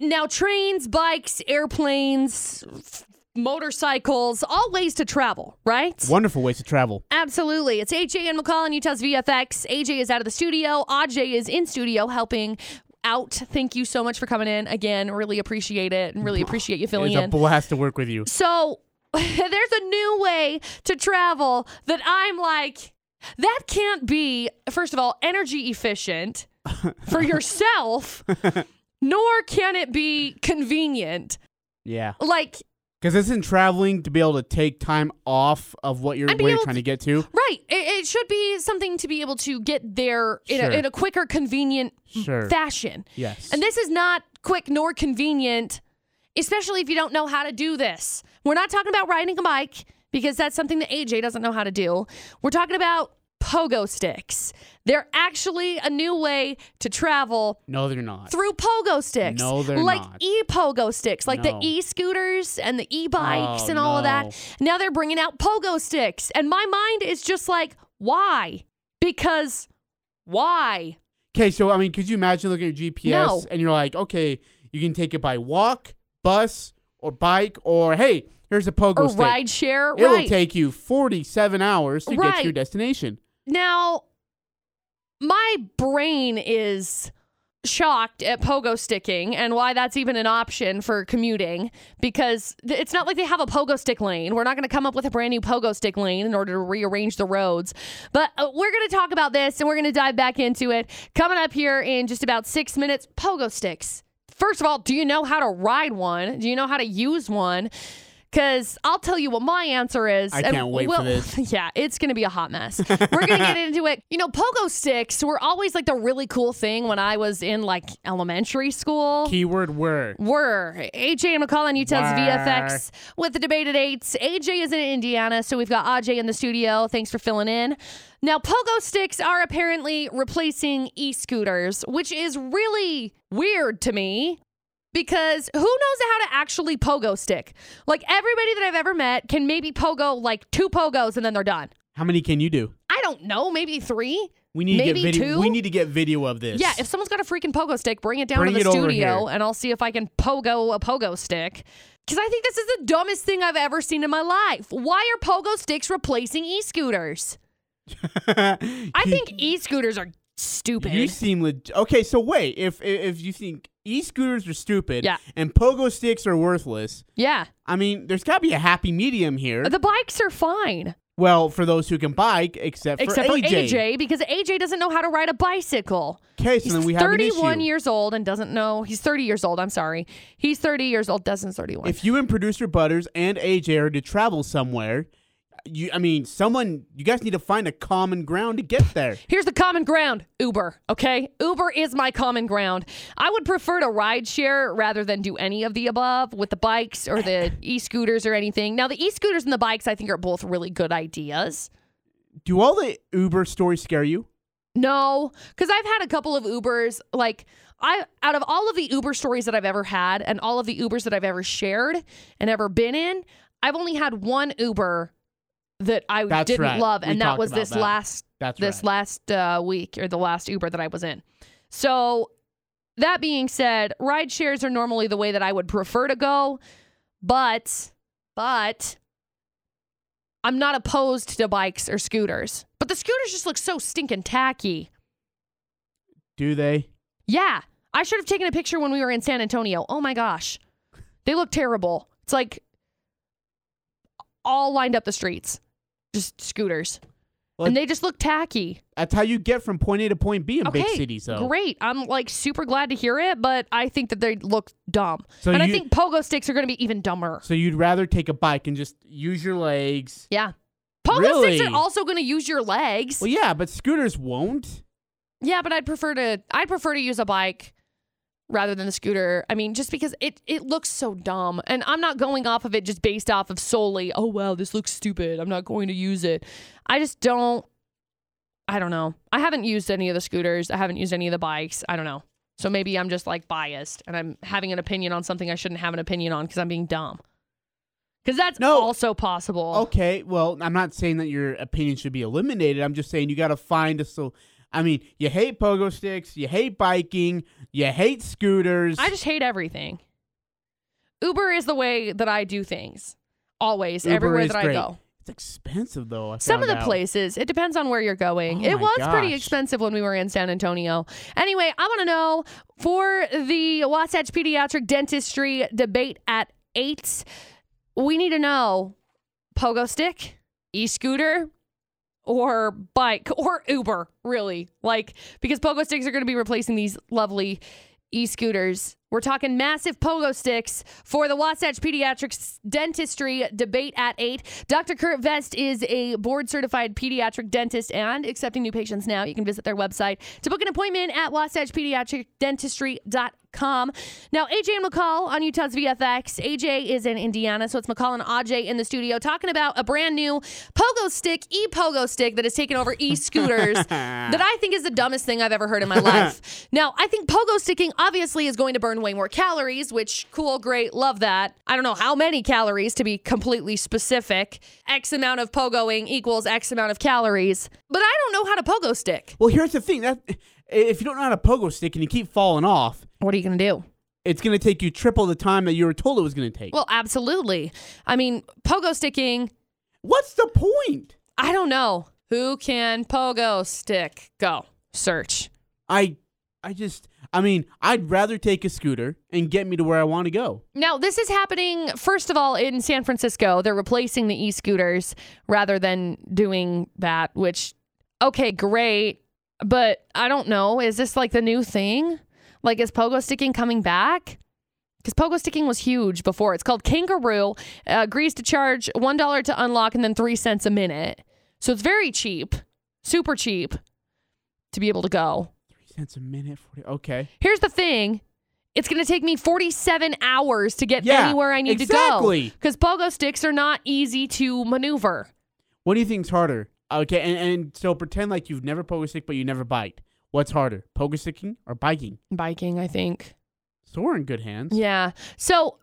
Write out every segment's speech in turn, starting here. Now, trains, bikes, airplanes, f- motorcycles, all ways to travel, right? Wonderful ways to travel. Absolutely. It's AJ and McCall on Utah's VFX. AJ is out of the studio. AJ is in studio helping out. Thank you so much for coming in again. Really appreciate it and really appreciate you filling It's a in. blast to work with you. So there's a new way to travel that I'm like, that can't be, first of all, energy efficient for yourself, nor can it be convenient. Yeah. Like, Because isn't traveling to be able to take time off of what you're, And be where you're able trying to get to? right, it, it should be something to be able to get there in, Sure. a, in a quicker, convenient Sure. fashion. yes. And this is not quick nor convenient, especially if you don't know how to do this. We're not talking about riding a bike because that's something that AJ doesn't know how to do. We're talking about pogo sticks. They're actually a new way to travel no, they're not. through pogo sticks. No, they're like not. e pogo sticks, like No. the e scooters and the e bikes Oh, and all of no. that. Now they're bringing out pogo sticks. And my mind is just like, why? Because why? Okay, so I mean, could you imagine looking at your GPS No. and you're like, okay, you can take it by walk, bus, or bike, or hey, here's a pogo Or stick. ride share? It'll right. take you 47 hours to get to your Right. destination. Now, my brain is shocked at pogo sticking and why that's even an option for commuting because th- it's not like they have a pogo stick lane. We're not going to come up with a brand new pogo stick lane in order to rearrange the roads. But uh, we're going to talk about this and we're going to dive back into it coming up here in just about 6 minutes. Pogo sticks. First of all, do you know how to ride one? Do you know how to use one? Cuz I'll tell you what my answer is. I and can't wait for this. yeah, it's going to be a hot mess. We're going to get into it. You know, pogo sticks were always like the really cool thing when I was in like elementary school. Keyword were. Were AJ and McCall on Utah's Were. VFX with the debate at eight. AJ is in Indiana, so we've got AJ in the studio. Thanks for filling in. Now, pogo sticks are apparently replacing e scooters, which is really weird to me because who knows how to actually pogo stick? Like, everybody that I've ever met can maybe pogo like two pogos and then they're done. How many can you do? I don't know, maybe three. We need maybe to get video. two. We need to get video of this. yeah, if someone's got a freaking pogo stick, bring it down Bring to it the over studio here. and I'll see if I can pogo a pogo stick. Because I think this is the dumbest thing I've ever seen in my life. Why are pogo sticks replacing e scooters? I think e scooters are stupid. you seem leg- okay. So wait, if if you think e-scooters are stupid Yeah. and pogo sticks are worthless, yeah. I mean, there's got to be a happy medium here. The bikes are fine, well, for those who can bike, except, except for for AJ, because AJ doesn't know how to ride a bicycle. Okay, so He's then we have an 31 issue. years old and doesn't know. He's 30 years old. I'm sorry. He's 30 years old, doesn't 31. If you and producer Butters and AJ are to travel somewhere, you I mean, someone you guys need to find a common ground to get there. Here's the common ground Uber, okay? Uber is my common ground. I would prefer to ride share rather than do any of the above with the bikes or the e scooters or anything. Now, the e scooters and the bikes, I think, are both really good ideas. Do all the Uber stories scare you? No, because I've had a couple of Ubers. Like, I out of all of the Uber stories that I've ever had and all of the Ubers that I've ever shared and ever been in, I've only had one Uber that I That's didn't right. love, We and that talked was about this that. last That's this right. last uh, week or the last Uber that I was in. So, that being said, ride shares are normally the way that I would prefer to go, but but I'm not opposed to bikes or scooters. But the scooters just look so stinking tacky. Do they? Yeah, I should have taken a picture when we were in San Antonio. Oh my gosh, they look terrible. It's like all lined up the streets, just scooters, Well, and they just look tacky. That's how you get from point A to point B in okay, big cities, though. great. I'm like super glad to hear it, but I think that they look dumb, So and I you- think pogo sticks are going to be even dumber. So you'd rather take a bike and just use your legs. Yeah, pogo Really? sticks are also going to use your legs. Well, yeah, but scooters won't. Yeah, but I'd prefer to I'd prefer to use a bike rather than the scooter. I mean, just because it it looks so dumb and I'm not going off of it just based off of solely, oh wow, this looks stupid. I'm not going to use it. I just don't I don't know. I haven't used any of the scooters. I haven't used any of the bikes. I don't know. So maybe I'm just like biased and I'm having an opinion on something I shouldn't have an opinion on because I'm being dumb. Because that's No. also possible. Okay, well, I'm not saying that your opinion should be eliminated. I'm just saying you got to find a so I mean, you hate pogo sticks, you hate biking, you hate scooters. I just hate everything. Uber is the way that I do things. Always, Uber everywhere is that I great. go. It's expensive though. I Some of found the out. places, it depends on where you're going. Oh it my was pretty gosh. expensive when we were in San Antonio. Anyway, I want to know for the Wasatch Pediatric Dentistry debate at 8, we need to know pogo stick, e scooter, or bike, or Uber, really. Like, because pogo sticks are going to be replacing these lovely e scooters. We're talking massive pogo sticks for the Wasatch Pediatric Dentistry debate at 8. Dr. Kurt Vest is a board certified pediatric dentist and accepting new patients now. You can visit their website to book an appointment at wasatchpediatricdentistry.com. Now, AJ and McCall on Utah's VFX. AJ is in Indiana, so it's McCall and AJ in the studio talking about a brand new pogo stick, e pogo stick that has taken over e scooters that I think is the dumbest thing I've ever heard in my life. now, I think pogo sticking obviously is going to burn way more calories, which cool, great, love that. I don't know how many calories to be completely specific. X amount of pogoing equals X amount of calories, but I don't know how to pogo stick. Well, here's the thing that if you don't know how to pogo stick and you keep falling off, What are you going to do? it's going to take you triple the time that you were told it was going to take. Well, absolutely. I mean, pogo sticking, What's the point? I don't know. Who can pogo stick? Go search. I I just I mean, I'd rather take a scooter and get me to where I want to go. Now, this is happening, first of all, in San Francisco. They're replacing the e scooters rather than doing that, which, okay, great. But I don't know. Is this like the new thing? Like, is pogo sticking coming back? Because pogo sticking was huge before. It's called Kangaroo, uh, agrees to charge $1 to unlock and then three cents a minute. So it's very cheap, super cheap to be able to go. 3 cents a minute 40. Okay. Here's the thing. It's going to take me 47 hours to get Yeah, anywhere I need to exactly. go. Because pogo sticks are not easy to maneuver. What do you think's harder? Okay, and, and so pretend like you've never pogo stick but you never biked. What's harder? Pogo sticking or biking? Biking, I think. So we're in good hands. Yeah. So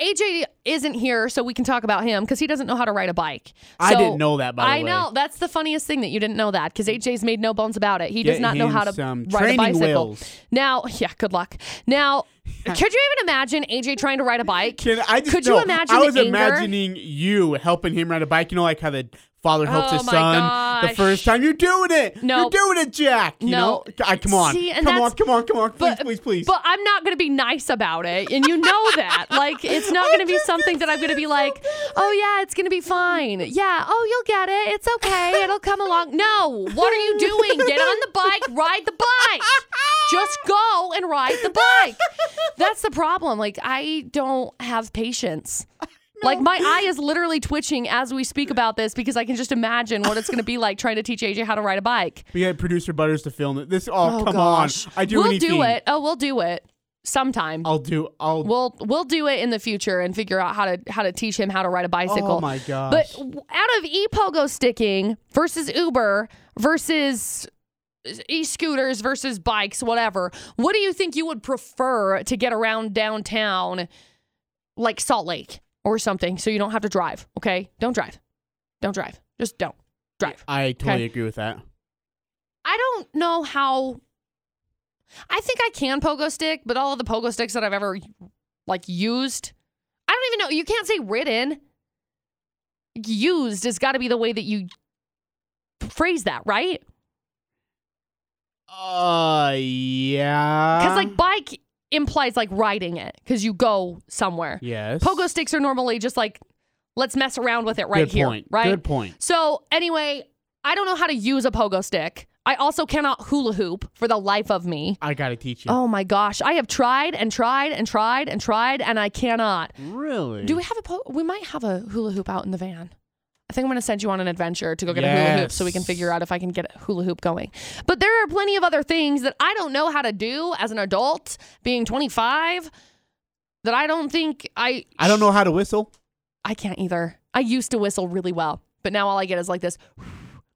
AJ isn't here, so we can talk about him because he doesn't know how to ride a bike. I So- didn't know that by the I way. know. That's the funniest thing that you didn't know that because AJ's made no bones about it. He does Get not know him how to some ride a um, training bicycle. wheels. Now, yeah, good luck. Now, could you even imagine AJ trying to ride a bike? Can I just Could you no, imagine I the was anger? imagining you helping him ride a bike. You know, like how the father helps Oh his my son gosh. the first time. You're doing it. No. you're doing it, Jack. You No. know, I, come on, See, and come on, that's- come on, come on, please, But- please, please. But I'm not going to be nice about it. And you know that. like, it's not I going to be just something that I'm going to be like, oh, yeah, it's going to be fine. Yeah. Oh, you'll get it. It's okay. It'll come along. No. What are you doing? Get on the bike, ride the bike. Just go and ride the bike. That's the problem. Like, I don't have patience. Like my eye is literally twitching as we speak about this because I can just imagine what it's going to be like trying to teach AJ how to ride a bike. we had producer Butters to film it. This, oh, Oh come gosh. on, I do We'll anything. Oh. do it. Oh, we'll do it sometime. I'll do. I'll. We'll we'll do it in the future and figure out how to how to teach him how to ride a bicycle. oh my gosh. But w- out of e-pogo sticking versus Uber versus e-scooters versus bikes, whatever, what do you think you would prefer to get around downtown, like Salt Lake or something, so you don't have to drive? Okay, don't drive, don't drive, just don't drive. I totally Okay. agree with that. I don't know how. I think I can pogo stick, but all of the pogo sticks that I've ever like used, I don't even know. You can't say ridden. Used has got to be the way that you phrase that, right? Uh, yeah. Because like bike implies like riding it because you go somewhere. yes. Pogo sticks are normally just like let's mess around with it right Good here, point. right? Good point. So, anyway, I don't know how to use a pogo stick. I also cannot hula hoop for the life of me. I gotta teach you. Oh my gosh. I have tried and tried and tried and tried and I cannot. really? Do we have a po- we might have a hula hoop out in the van. I think I'm going to send you on an adventure to go get a hula hoop so we can Yes. figure out if I can get a hula hoop going. But there are plenty of other things that I don't know how to do as an adult, being 25, that I don't think I I don't know how to whistle. I can't either. I used to whistle really well, but now all I get is like this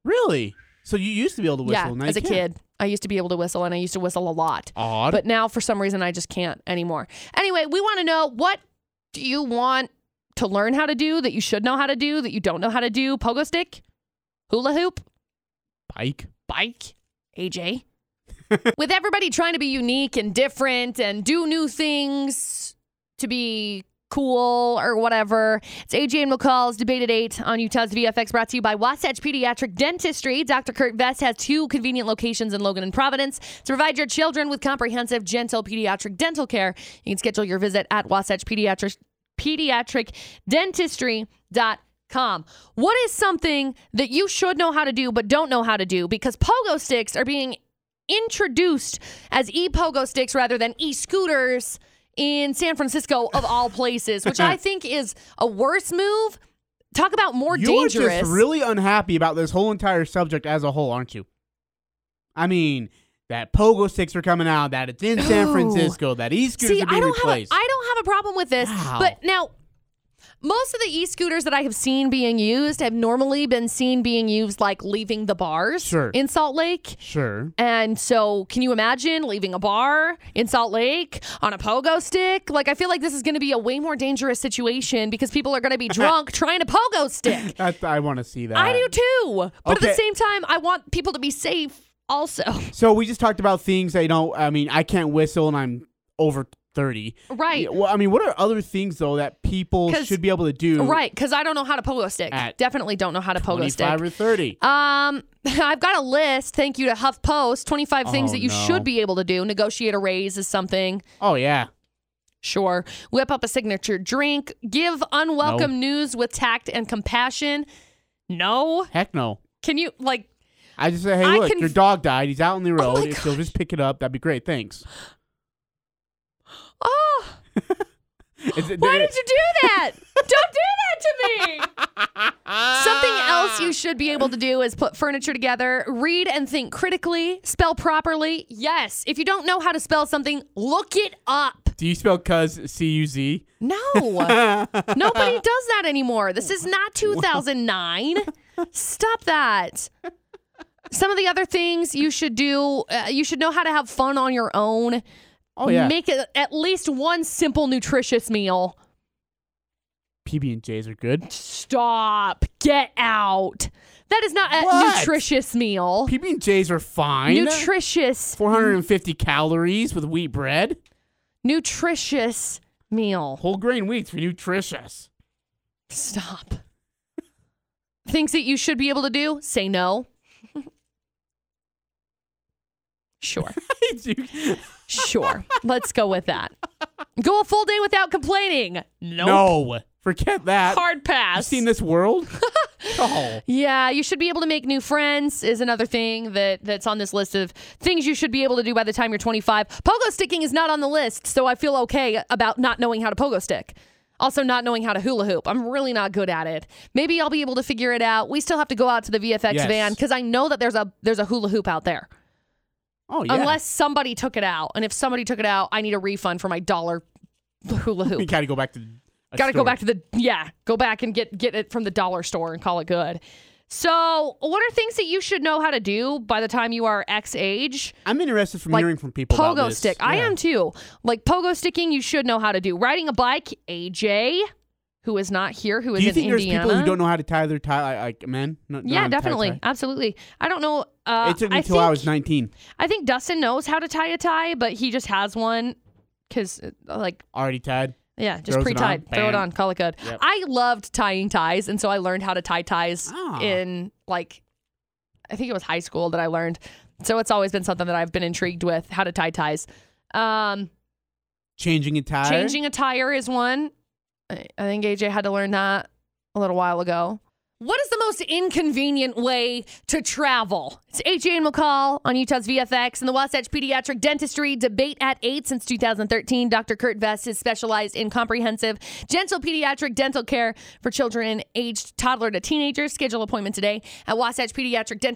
Really? So you used to be able to whistle. yeah, now you as a can't. kid. I used to be able to whistle and I used to whistle a lot. Odd. But now for some reason I just can't anymore. Anyway, we want to know what do you want to learn how to do that you should know how to do that you don't know how to do? Pogo stick, hula hoop, bike. bike, AJ. With everybody trying to be unique and different and do new things to be cool or whatever. It's AJ and McCall's Debate at 8 on Utah's VFX, brought to you by Wasatch Pediatric Dentistry. Dr. Kurt Vest has two convenient locations in Logan and Providence to provide your children with comprehensive, gentle pediatric dental care. You can schedule your visit at Wasatch Pediatric, pediatric dentistry.com. What is something that you should know how to do but don't know how to do because pogo sticks are being introduced as e-pogo sticks rather than e-scooters in San Francisco of all places, which I think is a worse move. Talk about more You're dangerous. just really unhappy about this whole entire subject as a whole, aren't you? I mean, that pogo sticks are coming out, that it's in San Ooh. Francisco, that e-scooters See, are I being don't have a, replaced. I don't have a problem with this. Wow. But now most of the e-scooters that I have seen being used have normally been seen being used like leaving the bars Sure. in Salt Lake. sure. And so, can you imagine leaving a bar in Salt Lake on a pogo stick? Like, I feel like this is going to be a way more dangerous situation because people are going to be drunk trying to pogo stick. That's, I want to see that. I do too. But at Okay. the same time, I want people to be safe also. So we just talked about things that you know. I mean, I can't whistle, and I'm over thirty. Right. Yeah, well, I mean, what are other things though that people 'Cause- should be able to do? right. Because I don't know how to pogo stick. At Definitely don't know how to pogo stick. Twenty-five or thirty. Um, I've got a list. Thank you to HuffPost. 25 things Oh, that you no. should be able to do. Negotiate a raise is something. Oh yeah. Sure. Whip up a signature drink. Give unwelcome news with tact and compassion. No. Heck no. Can you, like, I just say, hey, I look, can- Oh your dog died. He's out on the road. my if you'll just pick it up, that'd be great. Thanks. oh, Is it- why did you do that? Don't do that to me. Something else you should be able to do is put furniture together, read and think critically, spell properly. Yes. If you don't know how to spell something, look it up. Do you spell cuz C U Z? No. Nobody does that anymore. This is not 2009. Stop that. Some of the other things you should do, uh, you should know how to have fun on your own. Oh yeah. Make it at least one simple nutritious meal. PB and J's are good. Stop. Get out. That is not a What? nutritious meal. PB and J's are fine. Nutritious. 450 calories with wheat bread. Nutritious meal. Whole grain wheat's nutritious. Stop. Things that you should be able to do, say no. sure. You- Sure. Let's go with that. Go a full day without complaining. Nope. No, forget that. Hard You pass. seen this world? oh, yeah, you should be able to make new friends is another thing that that's on this list of things you should be able to do by the time you're 25. Pogo sticking is not on the list, so I feel okay about not knowing how to pogo stick. Also not knowing how to hula hoop. I'm really not good at it. Maybe I'll be able to figure it out. We still have to go out to the VFX Yes. van cuz I know that there's a there's a hula hoop out there. oh yeah. Unless somebody took it out. And if somebody took it out, I need a refund for my dollar hula hoop. we gotta go back to. Got to go back to the yeah, go back and get get it from the dollar store and call it good. So, what are things that you should know how to do by the time you are X age? I'm interested from like, hearing from people. about Pogo this. stick. I Yeah. am too. Like pogo sticking, you should know how to do. Riding a bike, AJ, who is not here, who is Do you in think Indiana. there's people who don't know how to tie their tie like- like men? No, not yeah, on tie definitely. tie. Absolutely. I don't know. Uh, It took me I until think, I was 19. I think Dustin knows how to tie a tie, but he just has one because, like, Already tied. Yeah, just Throws it pre tied. on, Throw it bam. on, call it good. Yep. I loved tying ties, and so I learned how to tie ties Ah. in like I think it was high school that I learned. So it's always been something that I've been intrigued with, how to tie ties. Um Changing a tie. changing a tire is one. I I think AJ had to learn that a little while ago. What is the most inconvenient way to travel? It's AJ and McCall on Utah's VFX and the Wasatch Pediatric Dentistry Debate at 8 since 2013. Dr. Kurt Vest has specialized in comprehensive, gentle pediatric dental care for children aged toddler to teenager. Schedule appointment today at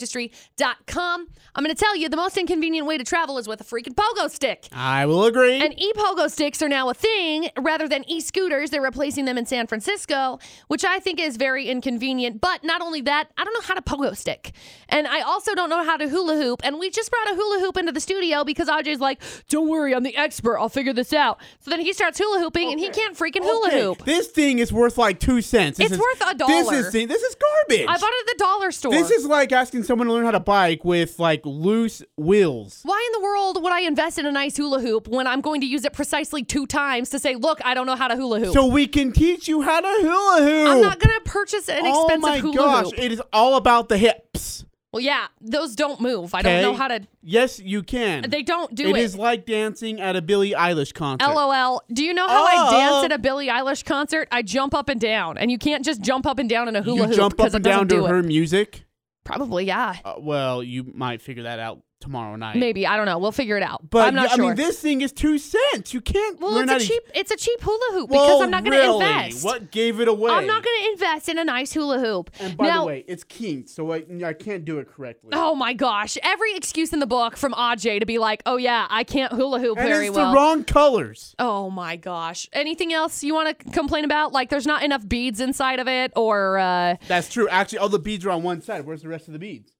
wasatchpediatricdentistry.com. I'm going to tell you the most inconvenient way to travel is with a freaking pogo stick. I will agree. And e pogo sticks are now a thing rather than e scooters. They're replacing them in San Francisco, which I think is very inconvenient. But not only that, I don't know how to pogo stick. And I also don't don't know how to hula hoop, and we just brought a hula hoop into the studio because Ajay's like, "Don't worry, I'm the expert. I'll figure this out." So then he starts hula hooping, and he can't freaking hula Okay, hoop. This thing is worth like two cents. This It's is- worth a This dollar. is this is garbage. I bought it at the dollar store. this is like asking someone to learn how to bike with like loose wheels. Why in the world would I invest in a nice hula hoop when I'm going to use it precisely two times to say, "Look, I don't know how to hula hoop." So we can teach you how to hula hoop. I'm not gonna purchase an oh expensive my hula gosh! hoop. It is all about the hips. Well, yeah, those don't move. I don't know okay? how to. Yes, you can. They don't do it. It is like dancing at a Billie Eilish concert. LOL. Do you know how I Oh. dance at a Billie Eilish concert? I jump up and down, and you can't just jump up and down in a hula you hoop jump up because and it doesn't down to do her it. music. Probably, yeah. Uh, well, you might figure that out tomorrow night. Maybe I don't know. We'll figure it out. But I'm not I sure. mean, this thing is two cents. You can't well, learn it's how a to cheap. It's a cheap hula hoop Well, because I'm not going to really? invest. What gave it away? I'm not going to invest in a nice hula hoop. And by now, the way, it's keen, so I, I can't do it correctly. oh my gosh, every excuse in the book from Aj to be like, "Oh yeah, I can't hula hoop and very it's well." the wrong colors. Oh my gosh. Anything else you want to complain about? Like there's not enough beads inside of it or uh That's true. Actually, all the beads are on one side. Where's the rest of the beads?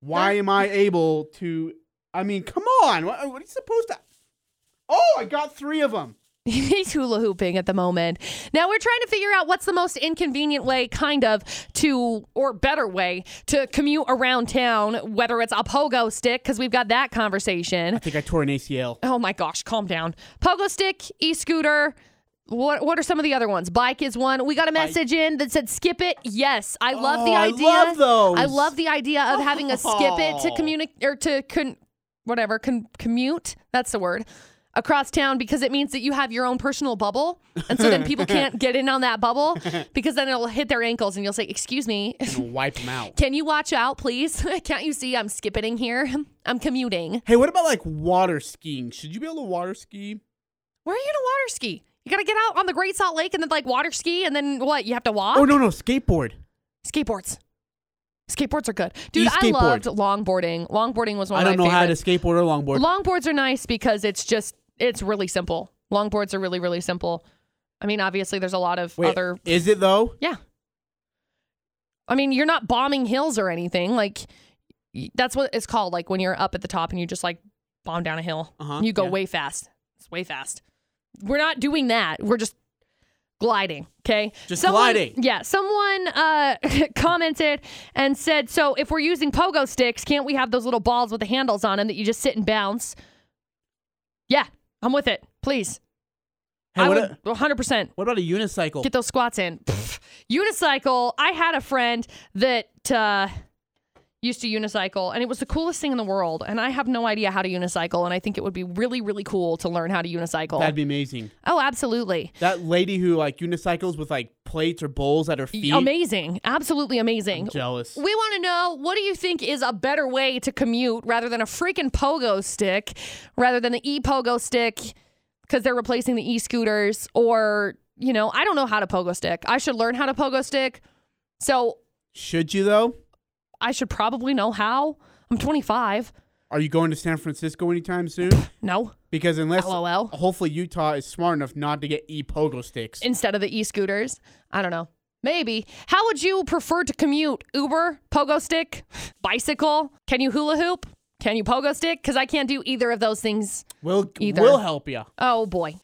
Why am I able to? I mean, come on. What, what are you supposed to? Oh, I got three of them. he's hula hooping at the moment. Now we're trying to figure out what's the most inconvenient way kind of to or better way to commute around town whether it's a pogo stick cuz we've got that conversation. I think I tore an ACL. Oh my gosh, calm down. Pogo stick, e-scooter, what what are some of the other ones? Bike is one. We got a message in that said skip it. Yes, I love the Oh, I idea. love those. Oh. I love the idea of having a skip it to communicate or to con- whatever con- commute. That's the word across town because it means that you have your own personal bubble, and so then people can't get in on that bubble because then it'll hit their ankles, and you'll say, "Excuse me, And wipe them out. can you watch out, please? Can't you see I'm skipping here? I'm commuting." Hey, what about like water skiing? Should you be able to water ski? Where are you gonna water ski? You gotta get out on the Great Salt Lake and then like water ski and then what? You have to walk? Oh no, no, skateboard. Skateboards. Skateboards are good. Dude, I E-skateboard. loved longboarding. Longboarding was one I of don't my know how to favorites. skateboard or longboard. Longboards are nice because it's just it's really simple. Longboards are really, really simple. I mean, obviously there's a lot of Wait, other is it though? Yeah. I mean, you're not bombing hills or anything. Like y- that's what it's called, like when you're up at the top and you just like bomb down a hill. Uh-huh, You go yeah. way fast. It's way fast. We're not doing that. We're just gliding, okay? Just Someone- gliding. Yeah, someone uh, commented and said, "So if we're using pogo sticks, can't we have those little balls with the handles on them that you just sit and bounce?" Yeah, I'm with it. Please, Hey, I what, would a- 100 percent what about a unicycle? get those squats in. Pfft. Unicycle. I had a friend that uh, used to unicycle, and it was the coolest thing in the world. And I have no idea how to unicycle, and I think it would be really, really cool to learn how to unicycle. That'd be amazing. oh, absolutely. That lady who like unicycles with like plates or bowls at her feet. Amazing. Absolutely amazing. Jealous. We want to know what do you think is a better way to commute rather than a freaking pogo stick, rather than the e pogo stick because they're replacing the e scooters, or, you know, I don't know how to pogo stick. I should learn how to pogo stick. So Should you though? I should probably know how. I'm 25. Are you going to San Francisco anytime soon? No, Because unless LOL. hopefully Utah is smart enough not to get e pogo sticks. instead of the e scooters. I don't know. Maybe. How would you prefer to commute? Uber, pogo stick, bicycle? Can you hula hoop? Can you pogo stick? Because I can't do either of those things. We'll Either. we'll help you. Oh boy.